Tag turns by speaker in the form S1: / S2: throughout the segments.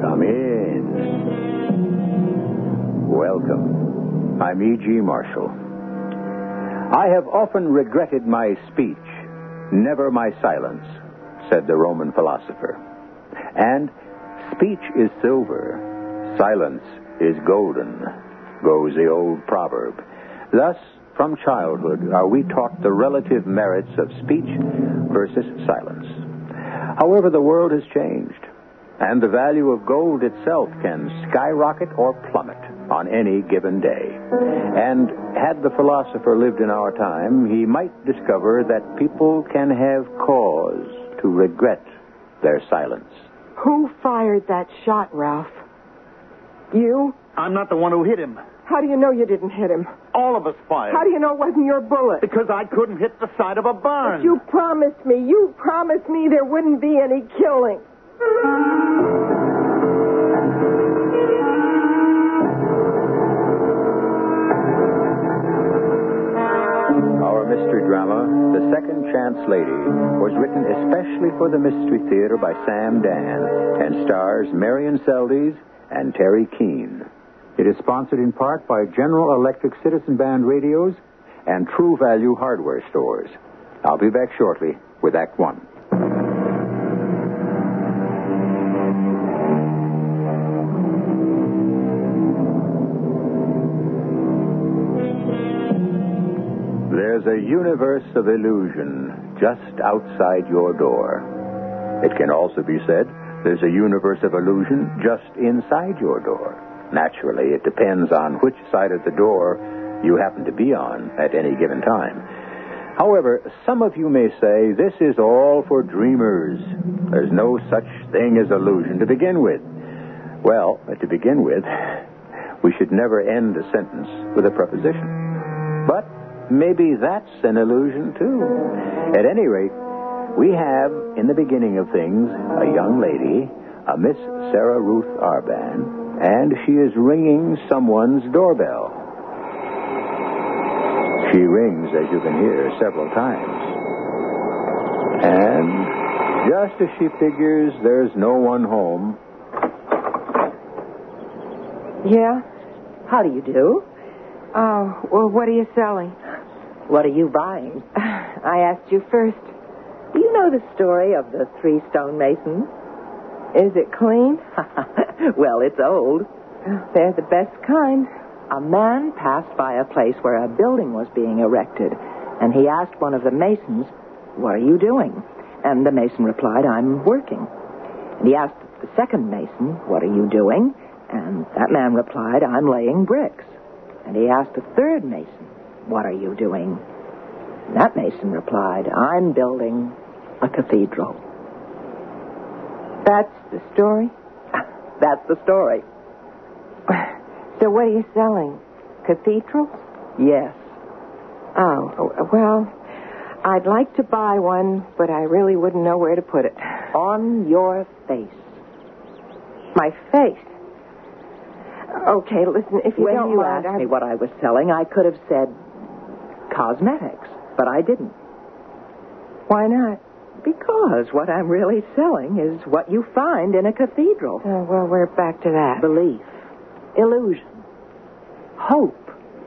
S1: Come in. Welcome. I'm E.G. Marshall. I have often regretted my speech, never my silence, said the Roman philosopher. And speech is silver, silence is golden, goes the old proverb. Thus, from childhood, are we taught the relative merits of speech versus silence. However, the world has changed, and the value of gold itself can skyrocket or plummet on any given day. And had the philosopher lived in our time, he might discover that people can have cause to regret their silence.
S2: Who fired that shot, Ralph? You?
S3: I'm not the one who hit him.
S2: How do you know you didn't hit him?
S3: All of us fired.
S2: How do you know it wasn't your bullet?
S3: Because I couldn't hit the side of a barn.
S2: You promised me. You promised me there wouldn't be any killing.
S1: Our mystery drama, The Second Chance Lady, was written especially for the Mystery Theater by Sam Dan and stars Marion Seldes and Terry Keane. It is sponsored in part by General Electric Citizen Band Radios and True Value Hardware Stores. I'll be back shortly with Act One. There's a universe of illusion just outside your door. It can also be said there's a universe of illusion just inside your door. Naturally, it depends on which side of the door you happen to be on at any given time. However, some of you may say this is all for dreamers. There's no such thing as illusion to begin with. Well, to begin with, we should never end a sentence with a preposition. But maybe that's an illusion, too. At any rate, we have, in the beginning of things, a young lady, a Miss Sarah Ruth Arban, and she is ringing someone's doorbell. She rings, as you can hear, several times. And just as she figures there's no one home,
S2: Yeah?
S4: How do you do?
S2: Oh, well, what are you selling?
S4: What are you buying?
S2: I asked you first.
S4: Do you know the story of the three stonemasons?
S2: Is it clean?
S4: well, it's old.
S2: They're the best kind.
S4: A man passed by a place where a building was being erected, and he asked one of the masons, What are you doing? And the mason replied, I'm working. And he asked the second mason, What are you doing? And that man replied, I'm laying bricks. And he asked the third mason, What are you doing? And that mason replied, I'm building a cathedral.
S2: That's the story.
S4: That's the story.
S2: So what are you selling? Cathedrals?
S4: Yes.
S2: Oh, well, I'd like to buy one, but I really wouldn't know where to put it.
S4: On your face.
S2: My face. Okay, listen, if you
S4: when
S2: don't
S4: you
S2: mind,
S4: asked
S2: I-
S4: me what I was selling, I could have said cosmetics, but I didn't.
S2: why not?
S4: Because what I'm really selling is what you find in a cathedral
S2: Oh, well, we're back to that.
S4: belief, illusion, hope.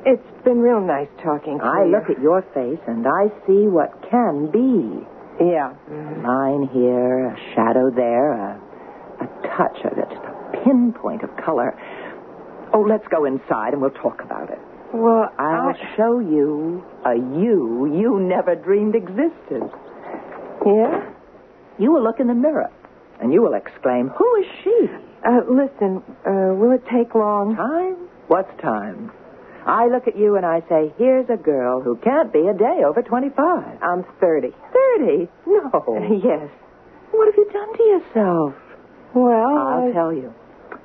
S2: It's been real nice talking to
S4: I
S2: you.
S4: look at your face and I see what can be.
S2: Yeah.
S4: Line here, a shadow there, a, a touch of it, a pinpoint of color. Oh, let's go inside and we'll talk about it.
S2: Well,
S4: I'll
S2: I...
S4: show you a you you never dreamed existed.
S2: Yeah?
S4: You will look in the mirror and you will exclaim, Who is she?
S2: Uh, listen, uh, will it take long?
S4: Time? What's time? I look at you and I say, here's a girl who can't be a day over Uh, 25.
S2: I'm 30.
S4: 30? No.
S2: yes.
S4: what have you done to yourself?
S2: Well,
S4: I'll
S2: I-
S4: tell you.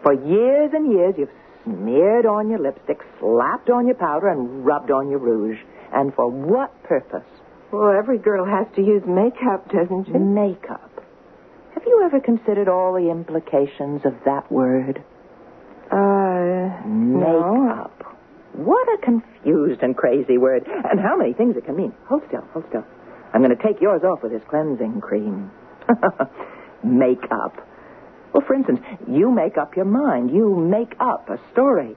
S4: For years and years, you've smeared on your lipstick, slapped on your powder, and rubbed on your rouge. And for what purpose?
S2: well, every girl has to use makeup, doesn't she?
S4: Mm-hmm. Makeup. Have you ever considered all the implications of that word?
S2: Uh, no.
S4: Makeup. What a confused and crazy word. And how many things it can mean. Hold still, hold still. I'm going to take yours off with this cleansing cream. makeup. Well, for instance, you make up your mind. You make up a story.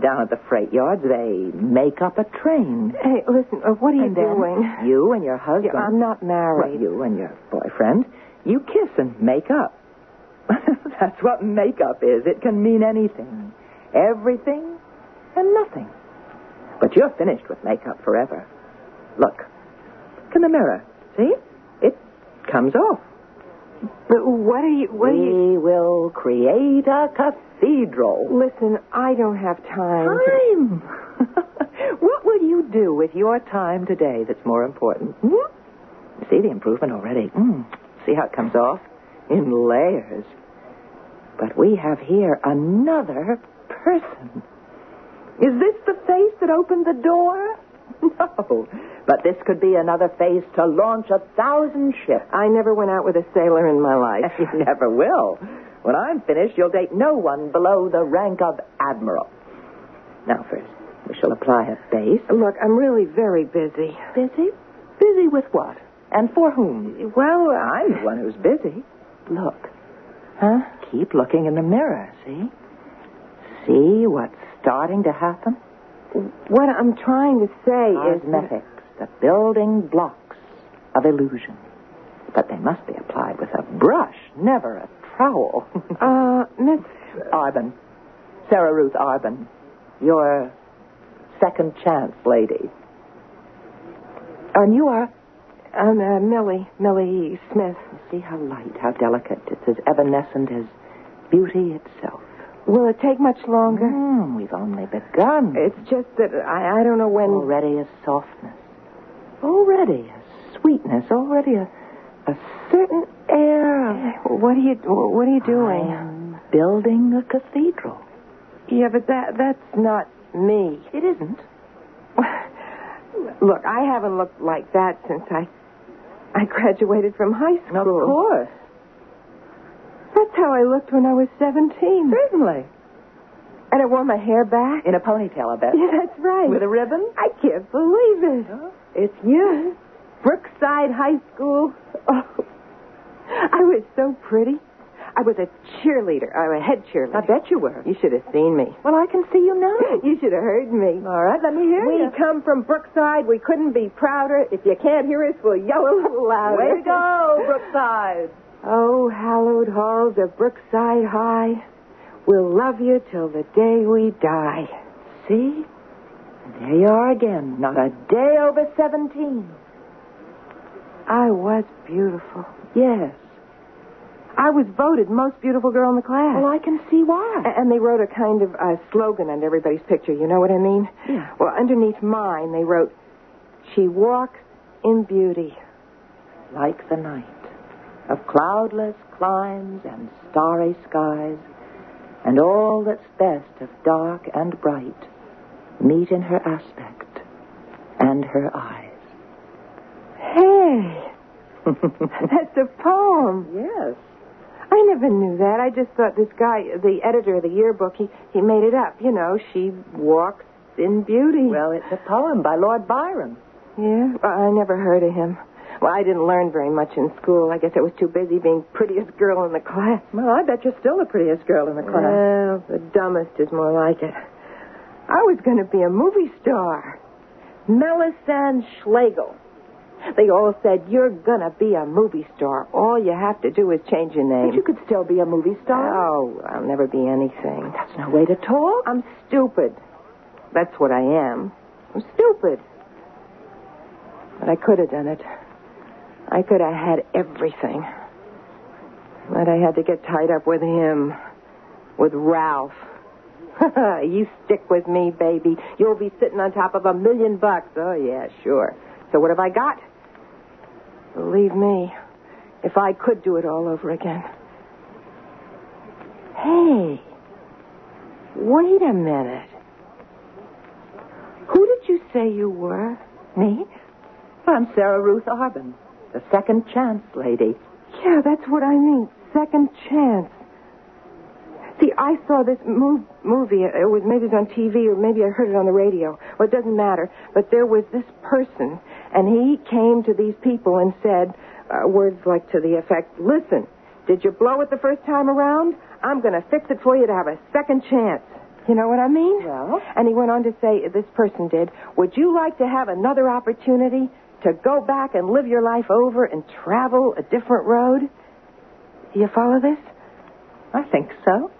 S4: Down at the freight yards, they make up a train.
S2: Hey, listen, uh, what are you
S4: and then
S2: doing?
S4: you and your husband.
S2: I'm not
S4: Well,
S2: married.
S4: you and your boyfriend, you kiss and make up. That's what makeup is. It can mean anything, everything, and nothing. But you're finished with makeup forever. Look, look in the mirror. See? It comes off.
S2: But what are you? What are
S4: we
S2: you?
S4: will create a cathedral.
S2: Listen, I don't have time. to-
S4: Time. what will you do with your time today that's more important? Hmm? You See the improvement already. Mm. See how it comes off? In layers. But we have here another person. Is this the face that opened the door? No. But this could be another face to launch a thousand ships.
S2: I never went out with a sailor in my life.
S4: You never will. When I'm finished, you'll date no one below the rank of admiral. Now, first, we shall apply a base.
S2: Look, I'm really very busy.
S4: Busy? Busy with what? And for whom?
S2: Well, I.
S4: I'm the one who's busy. Look. Huh? Keep looking in the mirror, see? See what's starting to happen?
S2: What I'm trying to say is.
S4: Cosmetics, the building blocks of illusion. But they must be applied with a brush, never a trowel.
S2: Uh, Miss.
S4: Arben. Sarah Ruth Arben. Your second chance lady. And you are.
S2: Um, uh, Millie. Millie Smith.
S4: See how light, how delicate. It's as evanescent as beauty itself.
S2: Will it take much longer?
S4: Mm, we've only begun.
S2: It's just that I, I don't know when.
S4: already a softness, already a sweetness, already a, a certain air of
S2: What are you? What are you doing?
S4: I'm building a cathedral.
S2: Yeah, but that that's not me.
S4: It isn't.
S2: Look, I haven't looked like that since I I graduated from high school.
S4: Of course.
S2: That's how I looked when I was 17.
S4: Certainly.
S2: And I wore my hair back.
S4: In a ponytail, I bet.
S2: Yeah, that's right.
S4: With a ribbon?
S2: I can't believe it. It's you. Brookside High School. Oh, I was so pretty. I was a cheerleader. I was a head cheerleader.
S4: I bet you were.
S2: You should have seen me.
S4: Well, I can see you now.
S2: You should have heard me.
S4: All right, let me hear
S2: We
S4: you.
S2: come from Brookside. We couldn't be prouder. If you can't hear us, we'll yell a little louder.
S4: Way to go, Brookside.
S2: Oh, hallowed halls of Brookside High, we'll love you till the day we die.
S4: See? There you are again. Not a day over 17.
S2: I was beautiful.
S4: Yes.
S2: I was voted most beautiful girl in the class.
S4: Well, I can see why.
S2: A- and they wrote a kind of uh, slogan under everybody's picture. You know what I mean?
S4: Yeah.
S2: Well, underneath mine, they wrote, She walks in beauty.
S4: like the night of cloudless climes and starry skies, and all that's best of dark and bright meet in her aspect and her eyes.
S2: Hey, that's a poem.
S4: yes.
S2: I never knew that. I just thought this guy, the editor of the yearbook, he, he made it up. You know, she walks in beauty.
S4: Well, it's a poem by Lord Byron.
S2: yeah, well, I never heard of him. Well, I didn't learn very much in school. I guess I was too busy being prettiest girl in the class.
S4: Well, I bet you're still the prettiest girl in the
S2: Well, the dumbest is more like it. I was going to be a movie star. Melisande Schlegel. They all said, You're going to be a movie star. All you have to do is change your name.
S4: But you could still be a movie star.
S2: Oh, I'll never be anything.
S4: That's no way to talk.
S2: I'm stupid. That's what I am. I'm stupid. But I could have done it. I could have had everything. But I had to get tied up with him, with Ralph. you stick with me, baby. You'll be sitting on top of a million bucks. Oh, yeah, sure. So what have I got? Believe me, if I could do it all over again. Hey, wait a minute. Who did you say you were?
S4: Me? I'm Sarah Ruth Arbin, the second chance lady.
S2: Yeah, that's what I mean. Second chance. See, I saw this mov- movie. It was maybe it was on TV or maybe I heard it on the radio. Well, it doesn't matter. But there was this person, and he came to these people and said uh, words like to the effect, "Listen, did you blow it the first time around? I'm going to fix it for you to have a second chance." You know what I mean?
S4: Well?
S2: And he went on to say, this person did, would you like to have another opportunity to go back and live your life over and travel a different road? Do you follow this?
S4: I think so.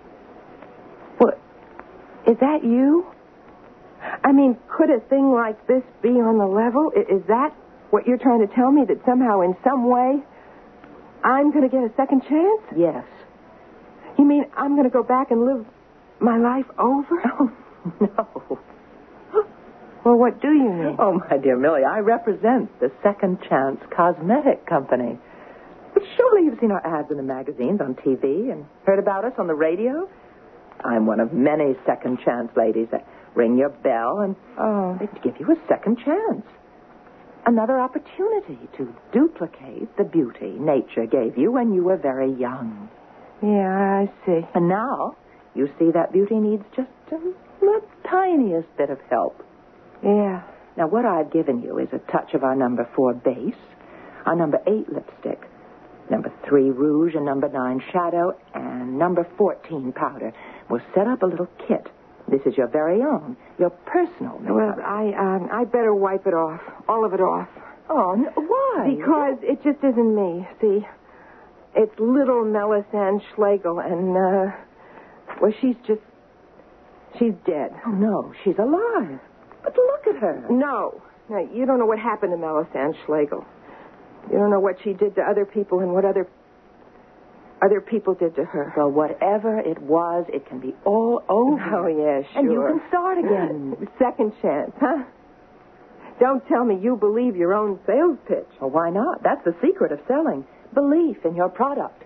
S2: Well, is that you? I mean, could a thing like this be on the level? I- Is that what you're trying to tell me? That somehow, in some way, I'm going to get a second chance?
S4: Yes.
S2: You mean I'm going to go back and live my life over?
S4: Oh, no.
S2: Well, what do you mean?
S4: Oh, my dear Millie, I represent the Second Chance Cosmetic Company. But surely you've seen our ads in the magazines, on TV, and heard about us on the radio. I'm one of many Second Chance ladies that ring your bell and
S2: Oh.
S4: they give you a second chance. Another opportunity to duplicate the beauty nature gave you when you were very young.
S2: Yeah, I see.
S4: And now you see that beauty needs just a, the tiniest bit of help.
S2: Yeah.
S4: Now, what I've given you is a touch of our number four base, our number eight lipstick, number three rouge, and number nine shadow, and number 14 powder. We'll set up a little kit. This is your very own, your personal
S2: Well,
S4: makeup.
S2: I um, I better wipe it off, all of it off,
S4: oh, no, why?
S2: because it just isn't me. See, it's little Melisande Schlegel, and uh, well, she's just she's dead.
S4: Oh, no, she's alive. But look at her.
S2: No, no, you don't know what happened to Melisande Schlegel. You don't know what she did to other people and what other other people did to her.
S4: Well, whatever it was, it can be all over.
S2: Oh yeah, sure.
S4: And you can start again.
S2: Second chance, huh? Don't tell me you believe your own sales pitch.
S4: Well, why not? That's the secret of selling belief in your product.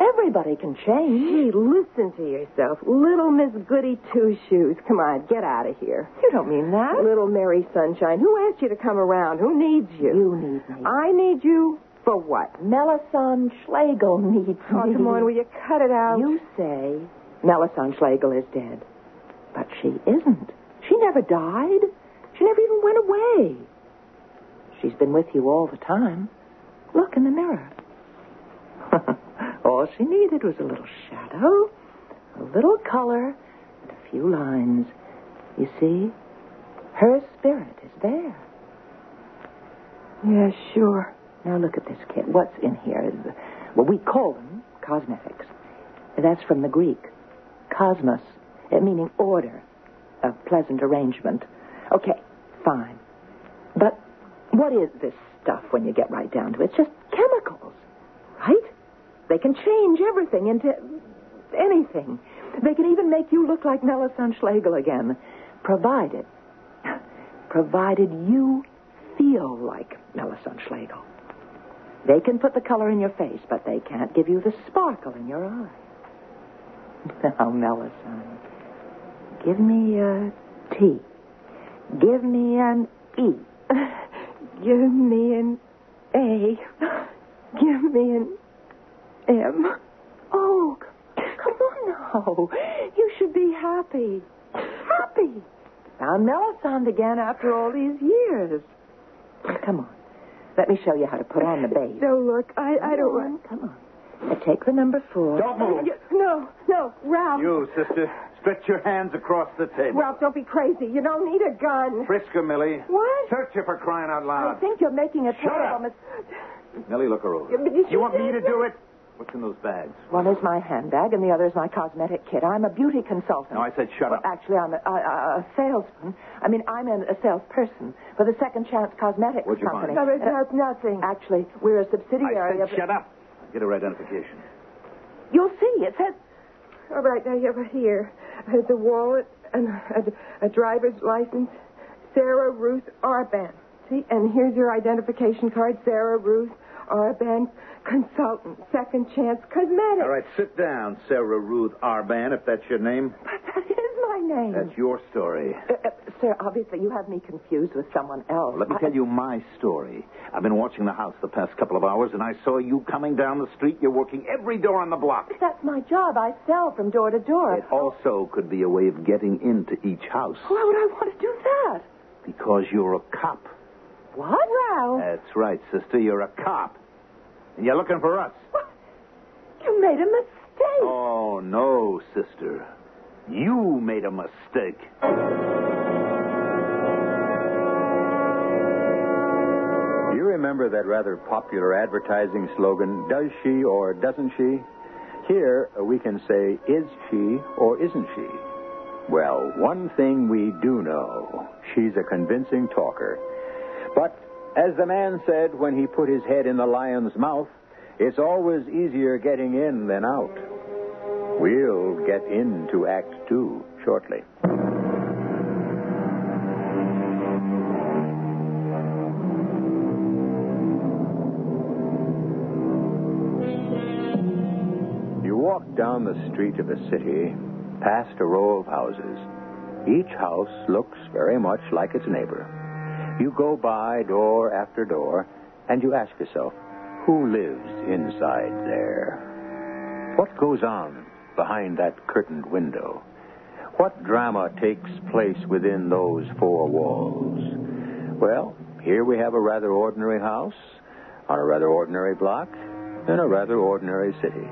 S4: Everybody can change.
S2: Gee, listen to yourself. Little Miss Goody Two Shoes. Come on, get out of here.
S4: You don't mean that.
S2: Little Mary Sunshine. Who asked you to come around? Who needs you?
S4: You need me.
S2: I need you for what?
S4: Melisande Schlegel needs
S2: Oh,
S4: me.
S2: come on, will you cut it out?
S4: You say Melisande Schlegel is dead. But she isn't. She never died. She never even went away. She's been with you all the time. Look in the mirror. all she needed was a little shadow, a little color, and a few lines. You see, her spirit is there.
S2: Yeah, sure.
S4: Now look at this kit. What's in here? Well, we call them cosmetics. That's from the Greek, cosmos, it meaning order, a pleasant arrangement. Okay, fine. But what is this stuff when you get right down to it? It's just chemicals, right? They can change everything into anything. They can even make you look like Melisande Schlegel again, provided, provided you feel like Melisande Schlegel. They can put the color in your face, but they can't give you the sparkle in your eye. Now, Melisande, oh, give me a T. Give me an E.
S2: Give me an A. Give me an M.
S4: Oh, c- come on
S2: oh.
S4: now. You should be happy. Happy. Found Melisande again after all these years. Come on. Let me show you how to put on the base.
S2: No, look, I, I don't want.
S4: Come on. Now take the number 4
S3: Don't move.
S2: You- No, no, Ralph.
S3: You, sister, stretch your hands across the table.
S2: Ralph, don't be crazy. You don't need a gun.
S3: Frisk her, Millie.
S2: What?
S3: Search her for crying out
S4: I
S3: loud.
S4: think you're making a
S3: Shut
S4: terrible
S3: up.
S4: mistake.
S3: Millie, look her over.
S2: Yeah, but you
S3: you want
S2: should-
S3: me to do it? What's in those bags?
S4: One is my handbag, and the other is my cosmetic kit. I'm a beauty consultant.
S3: No, I said shut
S4: Well,
S3: up.
S4: actually, I'm a, a, a- a salesman. I mean, I'm an, a salesperson for the Second Chance Cosmetics
S3: What'd you
S4: Company.
S2: No, it's not nothing.
S4: Actually, we're a
S3: I
S4: subsidiary
S3: said
S4: of.
S3: shut up. Get her identification.
S4: You'll see. It says
S2: All right, now you have it here. I had the wallet and a, a driver's license. Sarah Ruth Arban. See, and here's your identification card. Sarah Ruth Arban, consultant, second chance cosmetics.
S3: All right, sit down, Sarah Ruth Arban, if that's your name.
S2: But that is my name.
S3: That's your story.
S4: Uh, uh, sir, obviously you have me confused with someone else.
S3: Let me tell you my story. I've been watching the house the past couple of hours, and I saw you coming down the street. You're working every door on the block.
S4: That's my job. I sell from door to door.
S3: It also could be a way of getting into each house
S4: Why would I want to do that?
S3: because you're a cop.
S4: What? Well,
S3: That's right, sister. You're a cop. And you're looking for us.
S4: you made a mistake.
S3: Oh, no, sister. You made a mistake.
S1: Do you remember that rather popular advertising slogan, Does she or doesn't she? Here, uh, we can say, Is she or isn't she? Well, one thing we do know she's a convincing talker. But, as the man said when he put his head in the lion's mouth, it's always easier getting in than out. We'll get into Act Two shortly. You walk down the street of a city, past a row of houses. Each house looks very much like its neighbor. You go by door after door, and you ask yourself, who lives inside there? What goes on behind that curtained window? What drama takes place within those four walls? Well, here we have a rather ordinary house, on a rather ordinary block, in a rather ordinary city.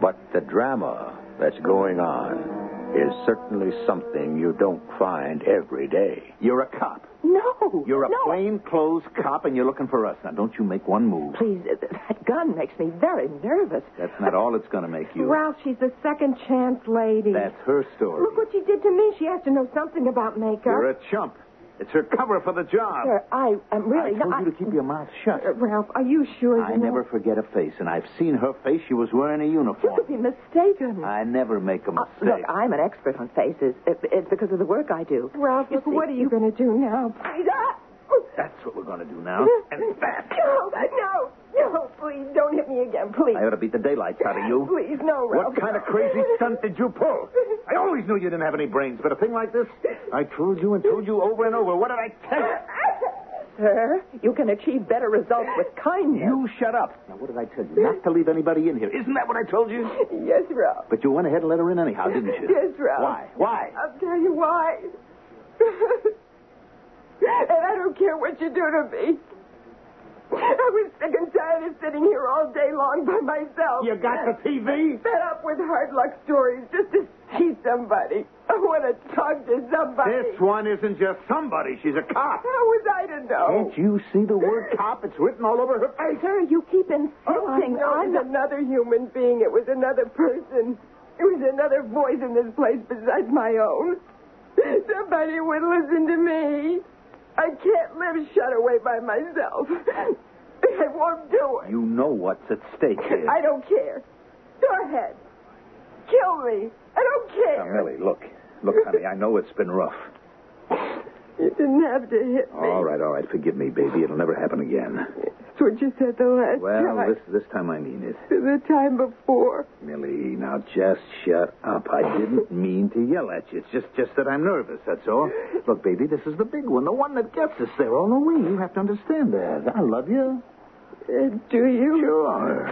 S1: But the drama that's going on is certainly something you don't find every day.
S3: You're a cop.
S4: no.
S3: You're a
S4: no.
S3: plainclothes cop, and you're looking for us. Now, don't you make one move.
S4: Please, uh, that gun makes me very nervous.
S3: That's not all it's going to make you.
S2: Ralph, she's the second chance lady.
S3: That's her story.
S2: Look what she did to me. She has to know something about makeup.
S3: You're a chump. It's her cover for the job.
S4: Sir, I am
S3: I
S4: really
S3: told
S4: not.
S3: you to keep your mouth shut.
S2: Uh, Ralph, are you sure?
S3: I
S2: you know?
S3: never forget a face, and I've seen her face. She was wearing a
S4: You could
S3: uniform.
S4: be mistaken.
S3: I never make a
S4: Uh,
S3: mistake.
S4: look, I'm an expert on faces. It, it's because of the work I do.
S2: Ralph,
S4: You
S2: look,
S4: see-
S2: what are you going to do now?
S3: That's what we're going to do now. And fast.
S2: No, no, no, please don't hit me again, please.
S3: I ought to beat the daylights out of you.
S2: Please, no, Ralph.
S3: What kind of crazy stunt did you pull? I always knew you didn't have any brains, but a thing like this, I told you and told you over and over. What did I tell you?
S4: Sir, you can achieve better results with kindness.
S3: You shut up. Now, what did I tell you? Not to leave anybody in here. Isn't that what I told you?
S2: Yes, Ralph.
S3: But you went ahead and let her in anyhow, didn't you?
S2: Yes, Ralph.
S3: Why? Why?
S2: I'll tell you why. and I don't care what you do to me. I was sick and tired of sitting here all day long by myself.
S3: You got the TV?
S2: fed up with hard luck stories just to see somebody. I want to talk to somebody.
S3: This one isn't just somebody. She's a cop.
S2: How was I to know?
S3: Can't you see the word cop? It's written all over her face.
S4: Sir, you keep
S2: Oh,
S4: insisting
S2: no, it
S4: on
S2: was another human being. It was another person. It was another voice in this place besides my own. Somebody would listen to me. I can't live shut away by myself. I won't do it.
S3: You know what's at stake here.
S2: I don't care. Go ahead. Kill me. I don't
S3: Now,
S2: care.
S3: Millie, look. Look, honey, I know it's been rough.
S2: You didn't have to hit me.
S3: All right, all right. Forgive me, baby. It'll never happen again.
S2: That's what you said the last
S3: Well,
S2: time.
S3: this, this time I mean it.
S2: The time before.
S3: Millie, now just shut up. I didn't mean to yell at you. It's just, just that I'm nervous, that's all. Look, baby, this is the big one, the one that gets us there all the way. You have to understand that. I love you.
S2: Uh, do you?
S3: Sure.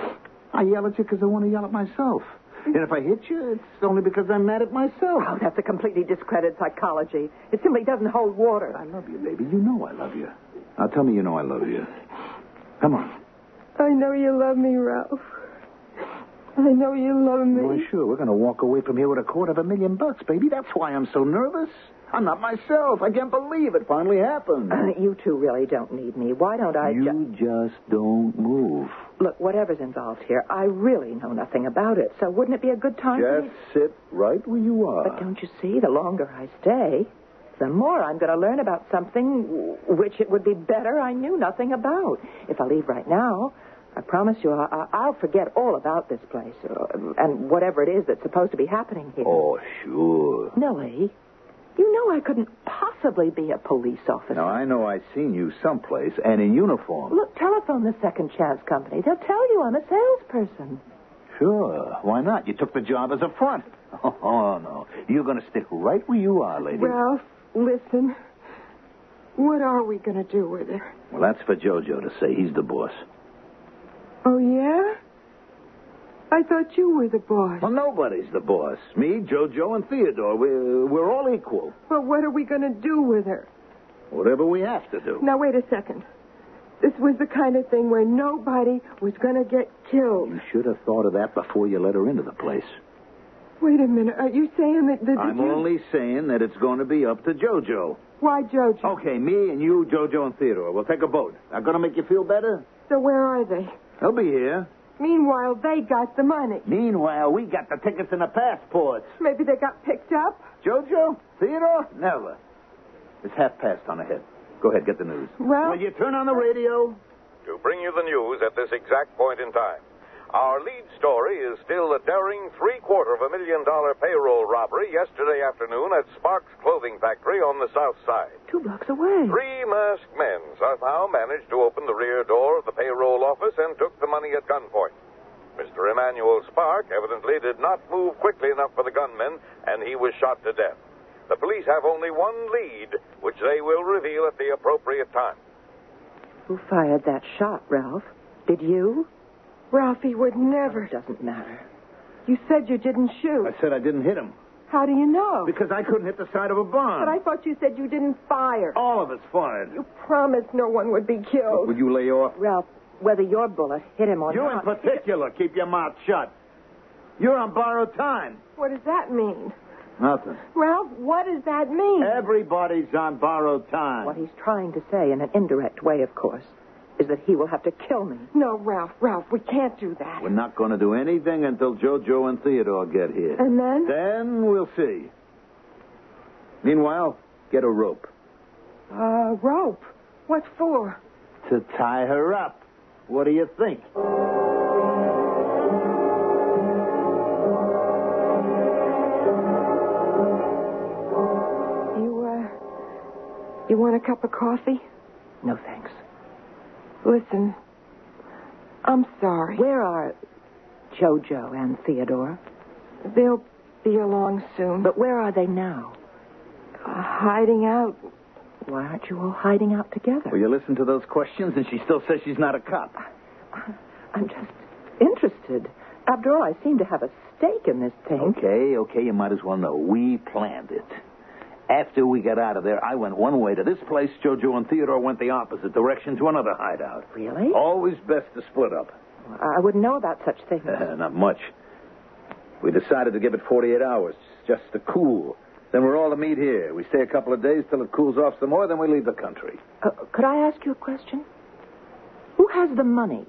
S3: I yell at you because I want to yell at myself. And if I hit you, it's only because I'm mad at myself.
S4: Oh, that's a completely discredited psychology. It simply doesn't hold water.
S3: I love you, baby. You know I love you. Now tell me you know I love you. Come on.
S2: I know you love me, Ralph. I know you love me.
S3: Why, sure. We're going to walk away from here with a quarter of a million bucks, baby. That's why I'm so nervous. I'm not myself. I can't believe it finally happened.
S4: you two really don't need me. Why don't I ju-
S3: You just don't move.
S4: Look, whatever's involved here, I really know nothing about it. So wouldn't it be a good time for me
S3: Just sit right where you
S1: uh.
S4: But
S3: are.
S4: don't you see, the longer I stay, the more I'm going to learn about something w- which it would be better I knew nothing about. If I leave right now, I promise you, I- I- I'll forget all about this place uh, and whatever it is that's supposed to be happening here.
S1: Oh, sure.
S4: Millie, you know I couldn't possibly be a police officer.
S1: Now, I know I've seen you someplace and in uniform.
S4: Look, telephone the Second Chance Company. They'll tell you I'm a salesperson.
S1: Sure. Why not? You took the job as a front. Oh, no. You're going to stick right where you are, lady.
S2: Ralph, listen. What are we going to do with her?
S1: Well, that's for JoJo to say. He's the boss.
S2: Oh, yeah? I thought you were the boss.
S1: Well, nobody's the boss. Me, JoJo, and Theodore. We're, we're all equal.
S2: Well, what are we going to do with her?
S1: Whatever we have to do.
S2: Now, wait a second. This was the kind of thing where nobody was going to get killed.
S1: You should have thought of that before you let her into the place.
S2: Wait a minute. Are you saying that... that
S1: I'm
S2: that you-
S1: only saying that it's going to be up to JoJo.
S2: Why, Jojo?
S1: Okay, me and you, JoJo, and Theodore. We'll take a boat. I'm going to make you feel better?
S2: So where are they?
S1: They'll be here.
S2: Meanwhile, they got the money.
S1: Meanwhile, we got the tickets and the passports.
S2: Maybe they got picked up.
S1: Jojo? Theodore? Never. It's half past on ahead. Go ahead, get the news.
S2: Well-
S1: Will you turn on the radio?
S5: to bring you the news at this exact point in time. Our lead story is still a daring three quarter of a million dollar payroll robbery yesterday afternoon at Sparks Clothing Factory on the south side.
S4: Two blocks away.
S5: Three masked men somehow managed to open the rear door of the payroll office and took the money at gunpoint. Mr. Emmanuel Spark evidently did not move quickly enough for the gunmen, and he was shot to death. The police have only one lead, which they will reveal at the appropriate time.
S4: Who fired that shot, Ralph? Did you?
S2: Ralphie would never.
S4: It doesn't matter.
S2: You said you didn't
S1: I
S2: shoot.
S1: said I didn't hit him
S2: How do you know?
S1: because I couldn't hit the side of a barn.
S2: But I thought you said you didn't fire.
S1: All of us fired.
S2: You promised no one would be killed.
S1: Would you lay off?
S4: Ralph, whether your bullet hit him or
S1: You in
S4: not.
S1: particular, keep your mouth shut. You're on borrowed time.
S2: What does that mean?
S1: Nothing.
S2: Ralph, what does that mean?
S1: Uh, Everybody's on borrowed time.
S4: What he's trying to say, in an indirect way, of course, is that he will have to kill me.
S2: No, Ralph, Ralph, we can't do that.
S1: We're not going to do anything until JoJo and Theodore get here.
S2: And then?
S1: Then we'll see. Meanwhile, get a rope
S2: Uh, rope. What for?
S1: to tie her up. What do you think?
S2: You, uh, you want a cup of coffee?
S4: No thanks.
S2: Listen, I'm sorry.
S4: Where are Jojo and Theodore?
S2: They'll be along soon.
S4: But where are they now?
S2: Uh, hiding out.
S4: Why aren't you all hiding out together?
S1: Will you listen to those questions? And she still says she's not a cop.
S4: I'm just interested. After all, I seem to have a stake in this thing.
S1: Okay, okay, you might as well know. We planned it. After we got out of there, I went one way to this place. JoJo and Theodore went the opposite direction to another hideout.
S2: Oh,
S4: Really?
S1: Always best to split up.
S4: I wouldn't know about such things.
S1: Eh, not much. We decided to give it 48 hours just to cool. Then we're all to meet here. We stay a couple of days till it cools off some more, then we leave the country.
S4: Uh, could I ask you a question? Who has the money?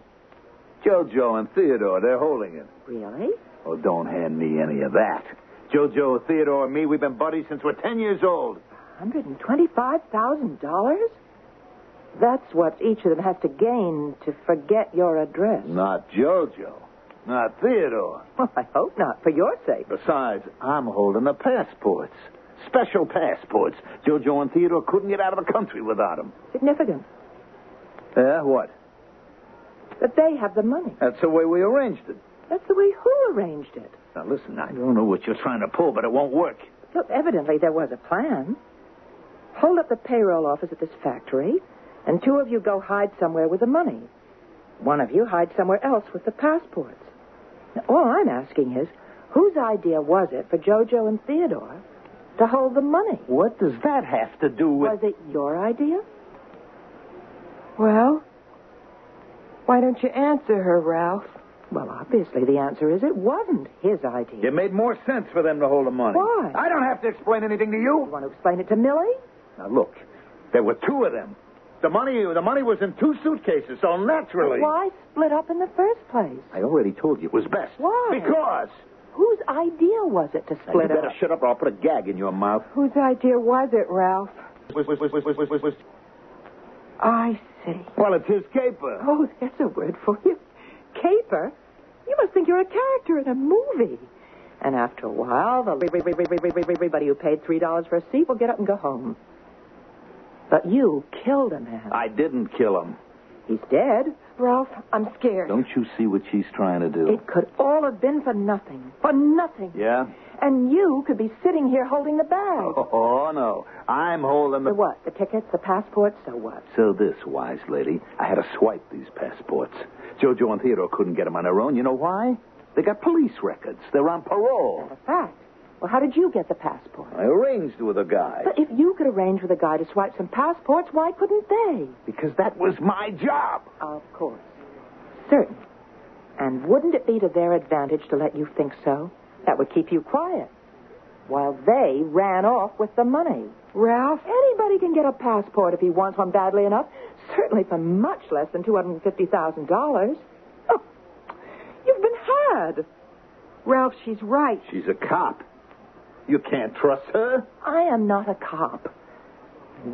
S1: JoJo and Theodore, they're holding it.
S4: Really?
S1: Oh, don't hand me any of that. JoJo, Theodore, and me, we've been buddies since we're 10 years old.
S4: $125,000? That's what each of them has to gain to forget your address.
S1: Not JoJo. Not Theodore.
S4: Well, I hope not, for your sake.
S1: Besides, I'm holding the passports. Special passports. JoJo and Theodore couldn't get out of the country without them.
S4: Significant
S1: Yeah, what?
S4: that they have the money.
S1: That's the way we arranged it.
S4: That's the way who arranged it.
S1: Now, listen, I don't know what you're trying to pull, but it won't work.
S4: Look, evidently there was a plan. Hold up the payroll office at this factory, and two of you go hide somewhere with the money. One of you hide somewhere else with the passports. Now, all I'm asking is, whose idea was it for Jojo and Theodore to hold the money?
S1: What does that have to do
S4: Was it your idea?
S2: Well, why don't you answer her, Ralph?
S4: Well, obviously the answer is it wasn't his idea.
S1: It made more sense for them to hold the money.
S4: Why?
S1: I don't have to explain anything to
S4: You
S1: you.
S4: want to explain it to Millie?
S1: Now look, there were two of them. The money, the money was in two suitcases, so naturally.
S4: Why split up in the first place?
S1: I already told you it was best.
S4: Why?
S1: Because.
S4: Whose idea was it to
S1: Now, you
S4: split
S1: better
S4: up?
S1: shut up or I'll put a gag in your mouth.
S2: Whose idea was it, Ralph?
S1: Was- was- was- was- was- was- was-
S2: I see.
S1: Well, it's his caper.
S4: Oh, there's a word for you. paper? You must think you're a character in a movie. And after a while, the everybody who paid three dollars for a seat will get up and go home. But you killed a man.
S3: I didn't kill him.
S4: He's dead.
S2: Ralph, I'm scared.
S3: Don't you see what she's trying to do?
S4: It could all have been for nothing. For nothing.
S3: Yeah?
S4: And you could be sitting here holding the bag.
S3: Oh, no. I'm holding
S4: The
S3: the.
S4: what? The tickets, the passports, so what?
S3: So this, wise lady, I had to swipe these passports. Jojo and Theodore couldn't get them on their own. You know why? They got police records. They're on parole.
S4: A fact. Well, how did you get the passport?
S3: I arranged with a guy.
S4: But if you could arrange with a guy to swipe some passports, why couldn't they?
S3: Because that was my job.
S4: Of course. Certain. And wouldn't it be to their advantage to let you think so? That would keep you quiet. While they ran off with the money.
S2: Ralph,
S4: Anybody can get a passport if he wants one badly enough, certainly for much less than $250,000. Oh, you've been had.
S2: Ralph, she's right.
S3: She's a cop. You can't trust her.
S4: I am not a cop.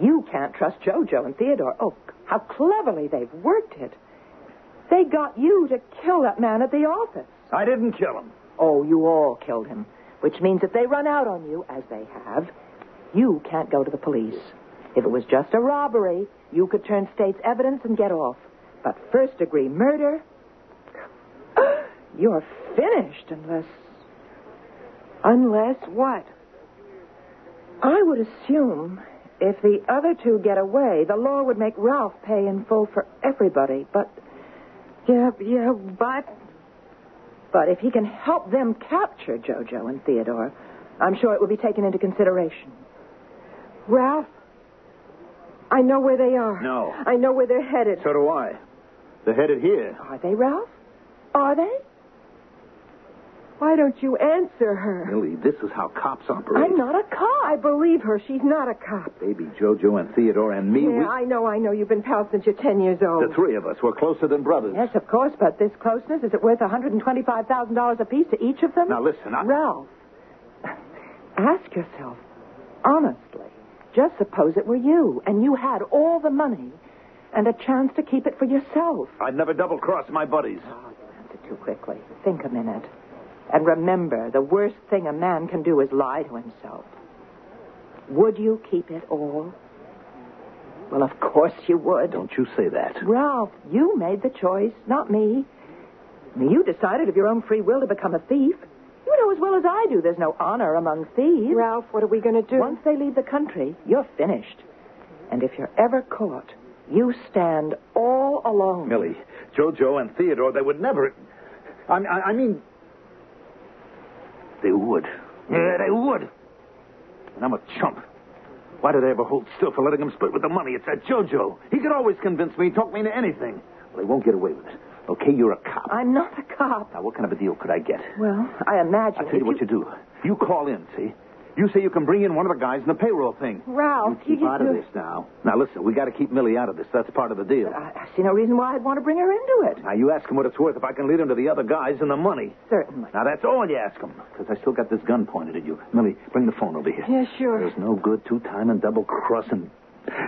S4: You can't trust Jojo and Theodore. Oh, how cleverly they've worked it. They got you to kill that man at the office.
S3: I didn't kill him.
S4: Oh, you all killed him. Which means if they run out on you, as they have, you can't go to the police. If it was just a robbery, you could turn state's evidence and get off. But first degree murder, you're finished unless.
S2: Unless what?
S4: I would assume if the other two get away, the law would make Ralph pay in full for everybody. But. Yeah, yeah, but. But if he can help them capture Jojo and Theodore, I'm sure it will be taken into consideration.
S2: Ralph, I know where they are.
S3: No.
S2: I know where they're headed.
S3: So do I. They're headed here.
S4: Are they, Ralph? Are they?
S2: Why don't you answer her?
S3: Millie, this is how cops operate.
S4: I'm not a cop.
S2: I believe her. She's not a cop.
S3: Baby Jojo and Theodore and me,
S2: Yeah, I know, I know. You've been pals since you're 10 years
S3: we,
S2: old.
S3: the three of us, were closer than brothers.
S4: Yes, of course, but this closeness, is it worth $125,000 apiece to each of them?
S3: Now listen, I...
S4: Ralph, ask yourself, honestly, just suppose it were you and you had all the money and a chance to keep it for yourself.
S3: I'd never double cross my buddies.
S4: Oh, you answered too quickly. Think a minute. And remember, the worst thing a man can do is lie to himself. Would you keep it all? Well, of course you would.
S3: Don't you say that.
S4: Ralph, you made the choice, not me. I mean, You decided of your own free will to become a thief. You know as well as I do there's no honor among thieves.
S2: Ralph, what are we going to do?
S4: Once they leave the country, you're finished. And if you're ever caught, you stand all alone.
S3: Millie, Jojo and Theodore, they would never. I, I, I mean, they would. Yeah, they would. And I'm a chump. Why did I ever hold still for letting him split with the money? It's that Jojo. He could always convince me, talk me into anything. Well, he won't get away with it. Okay, you're a cop.
S4: I'm not a cop.
S3: Now, what kind of a deal could I get?
S4: Well, I imagine.
S3: I'll tell you
S4: if
S3: what you do. You call in, see? You say you can bring in one of the guys in the payroll thing.
S4: Ralph,
S3: Keep
S4: just
S3: out of
S4: do-
S3: this now. Now, listen, we got to keep Millie out of this. That's part of the deal.
S4: I, I see no reason why I'd want to bring her into it.
S3: Now, you ask him what it's worth if I can lead him to the other guys and the money.
S4: Certainly.
S3: Now, that's all you ask him, because I still got this gun pointed at you. Millie, bring the phone over here.
S2: Yeah, sure.
S3: There's no good two time and double crossing.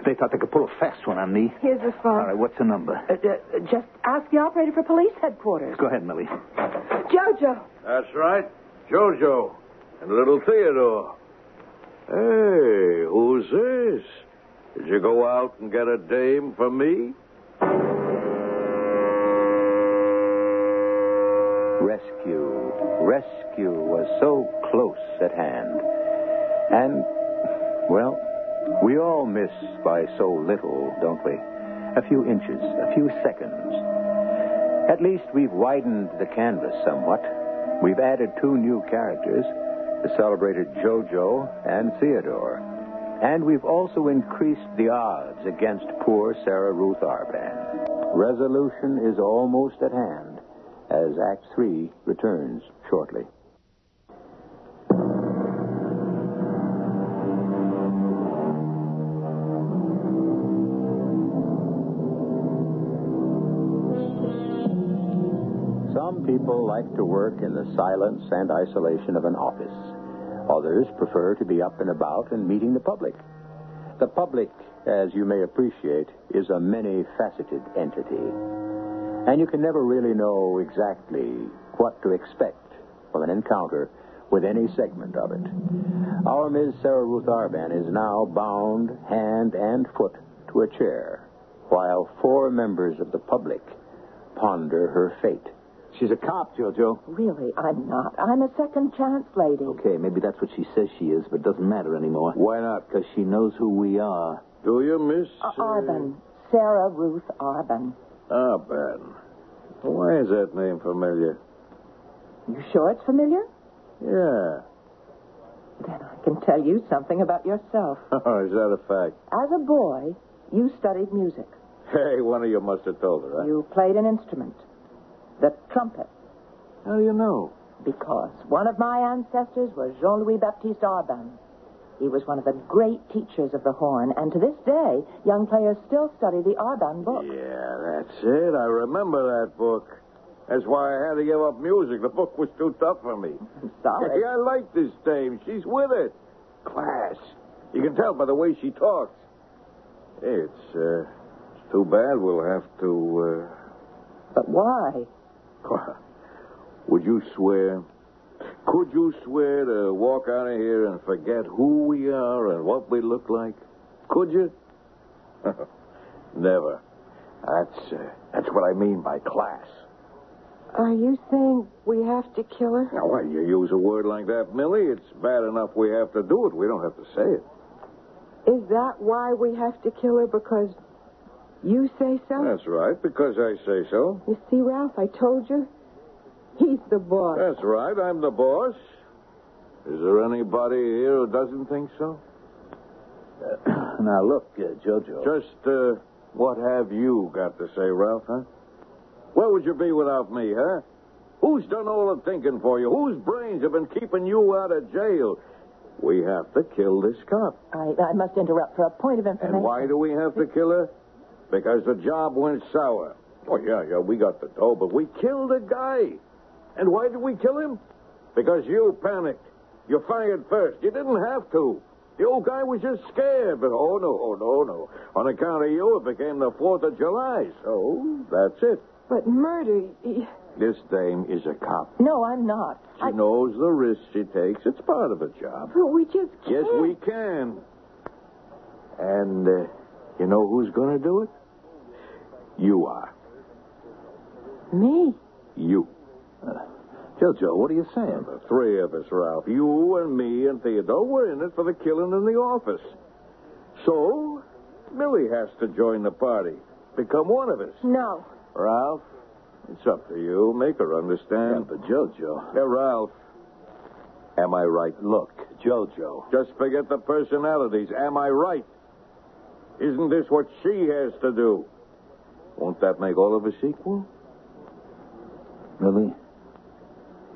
S3: They thought they could pull a fast one on me.
S2: Here's the phone.
S3: All right, what's the number?
S4: Uh, uh, just ask the operator for police headquarters.
S3: Go ahead, Millie.
S4: Jojo.
S6: That's right. Jojo and little Theodore. Hey, who's this? Did you go out and get a dame for me?
S1: Rescue, rescue was so close at hand. And, well, we all miss by so little, don't we? A few inches, a few seconds. At least we've widened the canvas somewhat. We've added two new characters, the celebrated Jojo and Theodore. And we've also increased the odds against poor Sarah Ruth Arban. Resolution is almost at hand as Act Three returns shortly. Some people like to work in the silence and isolation of an office. Others prefer to be up and about and meeting the public. The public, as you may appreciate, is a many faceted entity.
S7: And you can never really know exactly what to expect from an encounter with any segment of it. Our Ms. Sarah Ruth Arban is now bound hand and foot to a chair while four members of the public ponder her fate.
S3: She's a cop, Jojo.
S4: Really, I'm not. I'm a second chance lady.
S3: Okay, maybe that's what she says she is, but it doesn't matter anymore.
S1: Why not?
S3: Because she knows who we are.
S1: Do you, Miss?
S4: Uh, Arben. Sarah Ruth Arben.
S1: Ah, Ben. Why is that name familiar?
S4: You sure it's familiar?
S1: Yeah.
S4: Then I can tell you something about yourself.
S1: Oh, is that a fact?
S4: As a boy, you studied music.
S1: Hey, one of you must have told her, huh?
S4: You played an instrument, the trumpet,
S1: How do you know?
S4: because one of my ancestors was Jean Louis Baptiste Arban. He was one of the great teachers of the horn, and to this day, young players still study the Arban book.
S1: Yeah, that's it. I remember that book. That's why I had to give up music. The book was too tough for me.
S4: I'm sorry.
S1: Hey, I like this dame. She's with it. Class. You can tell by the way she talks. Hey, it's, uh, it's too bad we'll have to, uh,
S4: But why?
S1: Would you swear? Could you swear to walk out of here and forget who we are and what we look like? Could you? Never. That's uh, that's what I mean by class.
S2: Are you saying we have to kill her?
S1: Now, why you use a word like that, Millie? It's bad enough we have to do it. We don't have to say it.
S2: Is that why we have to kill her? Because you say so?
S1: That's right, because I say so.
S2: You see, Ralph, I told you. He's the boss.
S1: That's right. I'm the boss. Is there anybody here who doesn't think so?
S3: now, look, uh, Jojo.
S1: Just uh, what have you got to say, Ralph, huh? Where would you be without me, huh? Who's done all the thinking for you? Whose brains have been keeping you out of jail? We have to kill this cop.
S4: I, I must interrupt for a point of information.
S1: And why do we have to kill her? Because the job went sour. Oh, yeah, yeah, we got the dough, but we killed a guy. And why did we kill him? Because you panicked. You fired first. You didn't have to. The old guy was just scared, but oh, no, oh, no, no. On account of you, it became the 4th of July, so that's it.
S2: But murder. y-
S1: This dame is a cop.
S4: No, I'm not.
S1: She knows the risks she takes. It's part of the job.
S2: But we just can't.
S1: Yes, we can. And uh, you know who's going to do it? You are.
S2: Me?
S1: You. Uh,
S3: Jojo, what are you saying?
S1: The three of us, Ralph. You and me and Theodore were in it for the killing in the office. So, Millie has to join the party, become one of us.
S2: No.
S1: Ralph, it's up to you. Make her understand.
S3: Yeah, but Jojo.
S1: Hey, Ralph. Am I right?
S3: Look, Jojo.
S1: Just forget the personalities. Am I right? Isn't this what she has to do? Won't that make all of us equal?
S3: Really?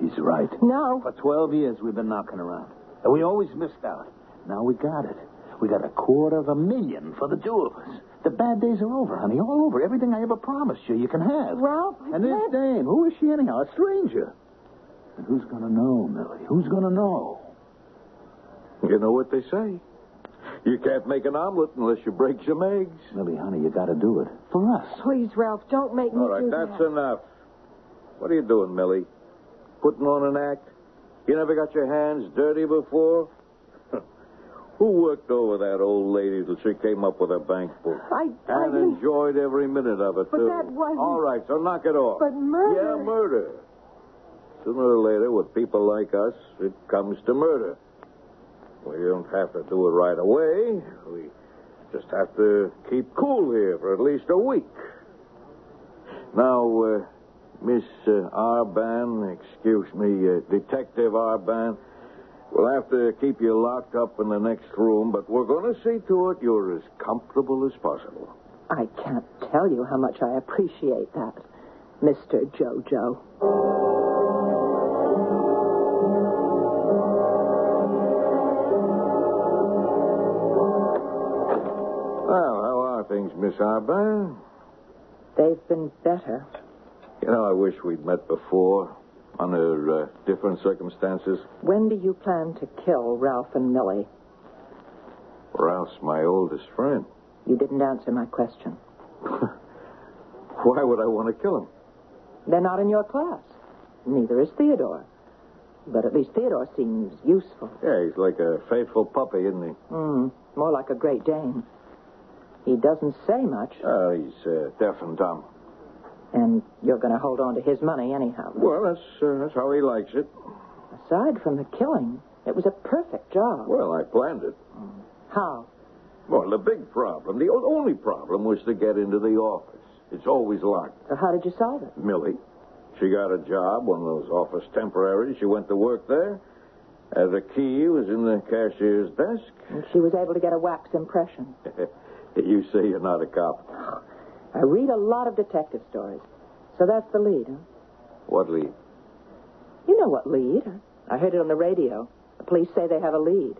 S3: He's right.
S2: No.
S3: For 12 years, we've been knocking around. And we always missed out. Now we got it. We got a quarter of a million for the two of us. The bad days are over, honey. All over. Everything I ever promised you, you can have.
S2: Ralph, I
S3: and this
S2: can't-
S3: dame, who is she anyhow? A stranger. And who's going to know, Millie? Who's going to know?
S1: You know what they say. You can't make an omelet unless you break some eggs.
S3: Millie, honey, you got to do it. For us.
S2: Please, Ralph, don't make me
S1: All right,
S2: do
S1: that's
S2: that.
S1: enough. What are you doing, Millie? Putting on an act? You never got your hands dirty before? Who worked over that old lady till she came up with a bank book?
S2: I, I
S1: And
S2: didn't.
S1: enjoyed every minute of it,
S2: But
S1: too.
S2: that wasn't-
S1: All right, so knock it off.
S2: But murder.
S1: Yeah, murder. Sooner or later, with people like us, it comes to murder. We don't have to do it right away. We just have to keep cool here for at least a week. Now, uh, Miss uh, Arban, excuse me, uh, Detective Arban, we'll have to keep you locked up in the next room, but we're going to see to it you're as comfortable as possible.
S4: I can't tell you how much I appreciate that, Mr. Jojo.
S1: Well, how are things, Miss Arban?
S4: They've been better.
S1: You know, I wish we'd met before under uh, different circumstances.
S4: When do you plan to kill Ralph and Millie?
S1: Ralph's my oldest friend.
S4: You didn't answer my question.
S1: Why would I want to kill him?
S4: They're not in your class. Neither is Theodore. But at least Theodore seems useful.
S1: Yeah, he's like a faithful puppy, isn't he?
S4: Mm, more like a Great Dane. He doesn't say much,
S1: Oh, he's uh, deaf and dumb.
S4: and you're going to hold on to his money anyhow.
S1: Well, that's, uh, that's how he likes it.
S4: Aside from the killing, it was a perfect job.
S1: Well, I planned it.
S4: How?
S1: Well, the big problem, the o- only problem, was to get into the office. It's always locked.
S4: So how did you solve it?
S1: Millie, she got a job, one of those office temporaries. She went to work there. Uh, the key was in the cashier's desk.
S4: And she was able to get a wax impression.
S1: you say you're not a cop.
S4: I read a lot of detective stories. So that's the lead, huh?
S1: What lead?
S4: You know what lead? I heard it on the radio. The police say they have a lead.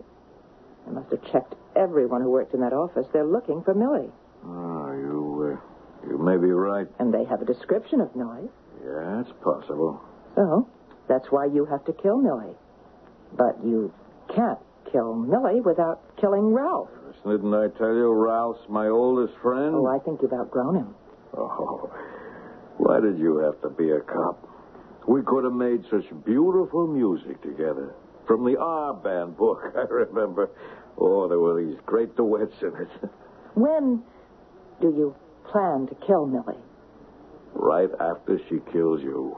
S4: They must have checked everyone who worked in that office. They're looking for Millie.
S1: Oh, you, uh, you may be right.
S4: And they have a description of Millie.
S1: Yeah, it's possible.
S4: So that's why you have to kill Millie. But you can't kill Millie without killing Ralph.
S1: Didn't I tell you Ralph's my oldest friend?
S4: Oh, I think you've outgrown him.
S1: Oh, why did you have to be a cop? We could have made such beautiful music together. From the R Band book, I remember. Oh, there were these great duets in it.
S4: When do you plan to kill Millie?
S1: right after she kills you.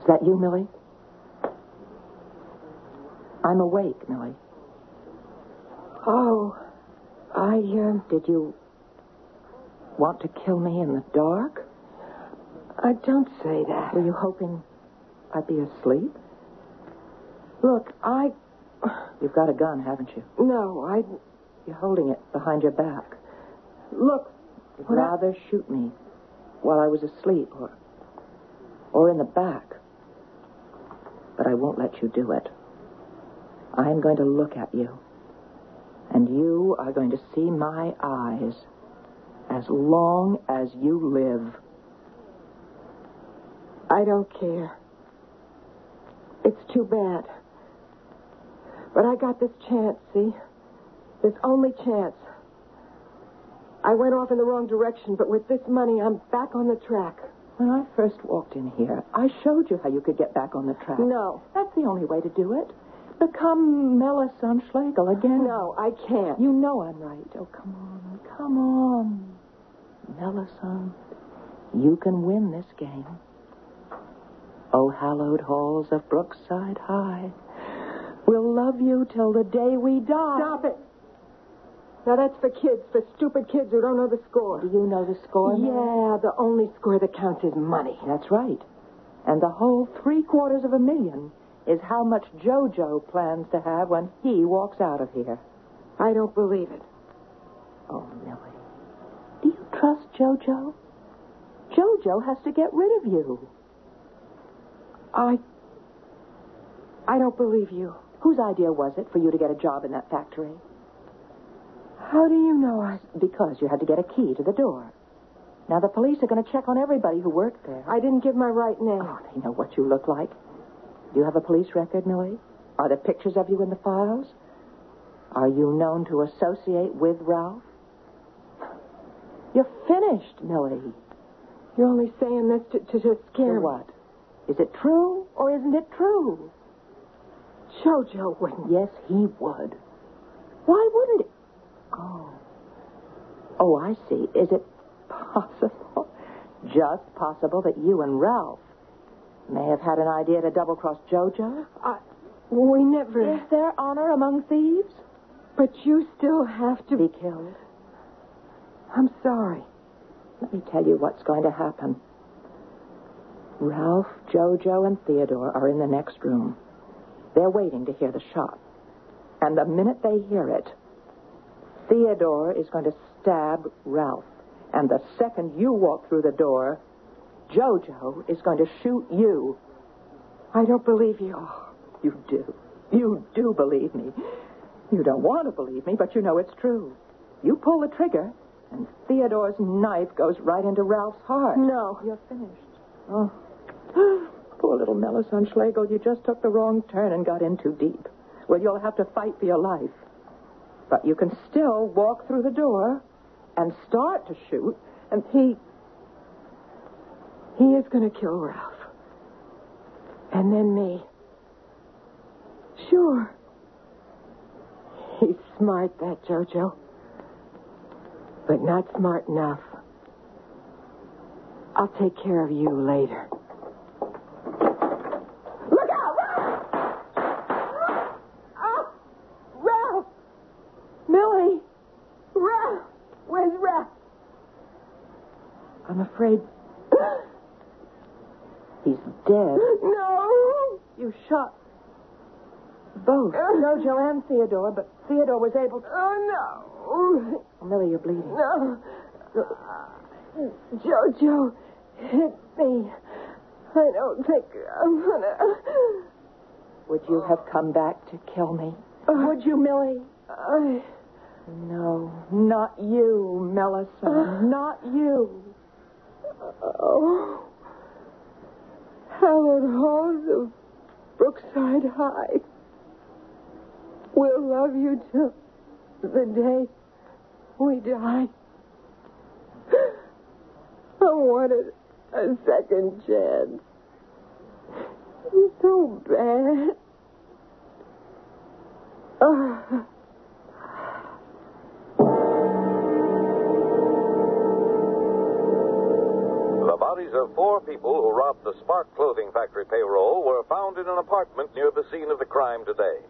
S4: Is that you, Millie? I'm awake, Millie.
S2: Oh, I, um,
S4: Did you want to kill me in the dark?
S2: I don't say that.
S4: Were you hoping I'd be asleep?
S2: Look, I,
S4: You've got a gun, haven't you?
S2: no, I,
S4: You're holding it behind your back.
S2: look,
S4: You'd
S2: Well, I-
S4: rather shoot me while I was asleep or, or in the back. But I won't let you do it. I'm going to look at you. And you are going to see my eyes as long as you live.
S2: I don't care. It's too bad. But I got this chance, see? This only chance. I went off in the wrong direction, but with this money, I'm back on the track.
S4: When I first walked in here, I showed you how you could get back on the track.
S2: No,
S4: That's the only way to do it. Become Melisande Schlegel again.
S2: no, I can't.
S4: You know I'm right. Oh, come on. Come on. Melisande, you can win this game. Oh, hallowed halls of Brookside High. We'll love you till the day we die.
S2: Stop it. Now that's for kids, for stupid kids who don't know the
S4: Do
S2: score.
S4: you know the score? Mel?
S2: Yeah, the only score that counts is money.
S4: That's right. And the whole three quarters of a million is how much JoJo plans to have when he walks out of here.
S2: I don't believe it.
S4: Oh, Millie. Do you trust JoJo? JoJo has to get rid of you.
S2: I. I don't believe you.
S4: Whose idea was it for you to get a job in that factory?
S2: How do you know I.
S4: Because you had to get a key to the door. Now, the police are going to check on everybody who worked there.
S2: I didn't give my right name.
S4: Oh, they know what you look like. Do you have a police record, Millie? Are there pictures of you in the files? Are you known to associate with Ralph? You're finished, Millie.
S2: You're only saying this to, to, to scare
S4: For
S2: me.
S4: what? Is it true or isn't it true?
S2: JoJo wouldn't.
S4: Yes, he would. Why wouldn't it? Oh. Oh, I see. Is it possible, just possible, that you and Ralph may have had an idea to double cross JoJo?
S2: I, we never.
S4: Is there honor among thieves?
S2: But you still have to
S4: Be killed.
S2: I'm sorry.
S4: Let me tell you what's going to happen. Ralph, JoJo, and Theodore are in the next room. They're waiting to hear the shot. And the minute they hear it, Theodore is going to stab Ralph. And the second you walk through the door, JoJo is going to shoot you.
S2: I don't believe you.
S4: You do. You do believe me. You don't want to believe me, but you know it's true. You pull the trigger, and Theodore's knife goes right into Ralph's heart.
S2: No.
S4: You're finished. Oh. Poor little Melisande Schlegel, you just took the wrong turn and got in too deep. Well, you'll have to fight for your life. But you can still walk through the door and start to shoot, and he.
S2: He is going to kill Ralph. And then me. Sure. He's smart, that Jojo. But not smart enough. I'll take care of you later. Look out! Ralph! Oh, Ralph! Millie! Ralph! Where's Ralph?
S4: I'm afraid. He's dead.
S2: No!
S4: You shot both. Jojo and Theodore, but Theodore was able to.
S2: Oh,
S4: Millie, you're bleeding.
S2: no. No. Jojo hit me. I don't think I'm gonna.
S4: Would you have come back to kill me? Would you, Millie?
S2: I.
S4: No, not you,
S2: Uh,
S4: Millicent. Not you.
S2: Oh. Hallowed halls of Brookside High. We'll love you till the day we die. I wanted a second chance. So bad. Ah.
S5: The bodies of four people who robbed the Spark Clothing Factory payroll were found in an apartment near the scene of the crime today.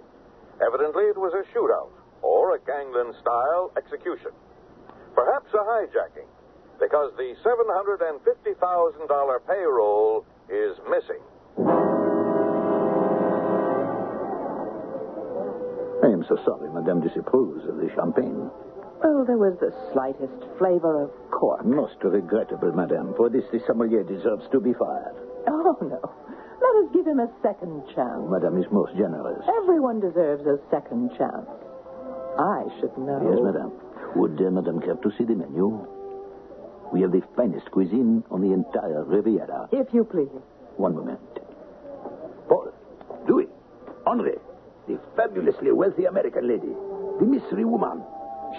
S5: Evidently, it was a shootout or a gangland style execution. Perhaps a hijacking, because the $750,000 payroll is missing.
S8: I am so sorry, Madame disapproves of the champagne.
S4: Well, there was the slightest flavor of cork.
S8: Most regrettable, Madame, for this the sommelier deserves to be fired.
S4: Oh, no. Let us give him a second chance.
S8: Madame is most generous.
S4: Everyone deserves a second chance. I should know.
S8: Yes, Madame. Would uh, Madame care to see the menu? We have the finest cuisine on the entire Riviera.
S4: If you please.
S8: One moment. Paul, Dewey, Henri, the fabulously wealthy American lady, the mystery woman.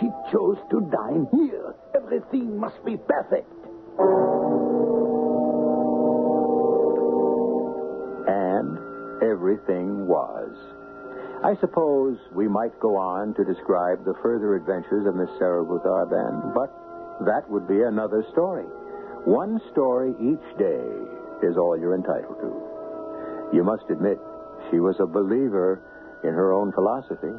S8: She chose to dine here. Everything must be perfect.
S1: And everything was. I suppose we might go on to describe the further adventures of Miss Sarah Bouthard then, but that would be another story. One story each day is all you're entitled to. You must admit, she was a believer in her own philosophy.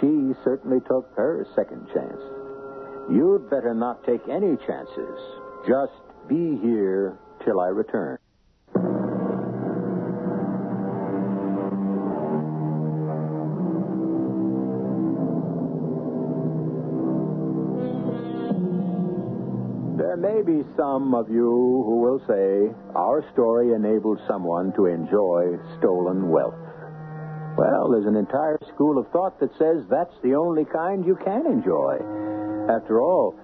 S1: She certainly took her second chance. You'd better not take any chances. Just be here till I return. There may be some of you who will say our story enabled someone to enjoy stolen wealth. Well, there's an entire school of thought that says that's the only kind you can enjoy. After all,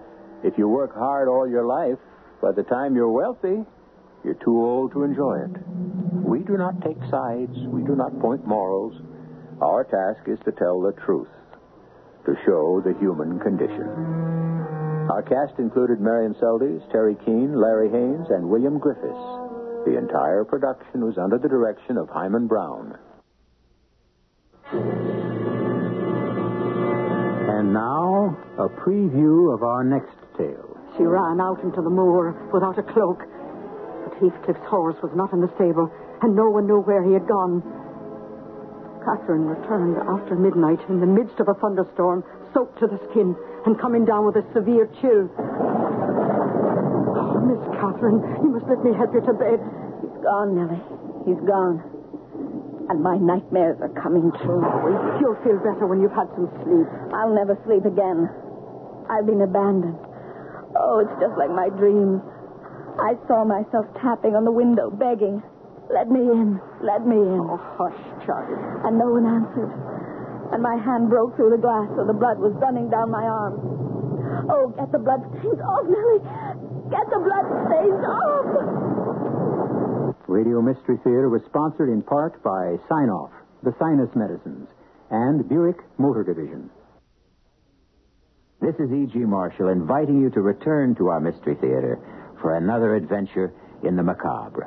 S1: if you work hard all your life, by the time you're wealthy, you're too old to enjoy it. We do not take sides, we do not point morals. Our task is to tell the truth, to show the human condition. Our cast included Marion Seldes, Terry Keane, Larry Haynes, and William Griffiths. The entire production was under the direction of Hyman Brown.
S9: And now, a preview of our next tale.
S10: She ran out into the moor without a cloak. But Heathcliff's horse was not in the stable, and no one knew where he had gone. Catherine returned after midnight in the midst of a thunderstorm, soaked to the skin, and coming down with a severe chill. Oh, Miss Catherine, you must let me help you to bed.
S11: He's gone, Nellie. He's gone. And my nightmares are coming true.
S10: Oh, You'll feel better when you've had some sleep.
S11: I'll never sleep again. I've been abandoned. Oh, it's just like my dreams. I saw myself tapping on the window, begging, Let me in, let me in.
S10: Oh, hush, child.
S11: And no one answered. And my hand broke through the glass, so the blood was running down my arm. Oh, get the blood stains off, Nellie. Get the blood stains off.
S9: Radio Mystery Theater was sponsored in part by Sinoff, the Sinus Medicines, and Buick Motor Division.
S1: This is E.G. Marshall inviting you to return to our Mystery Theater for another adventure in the macabre.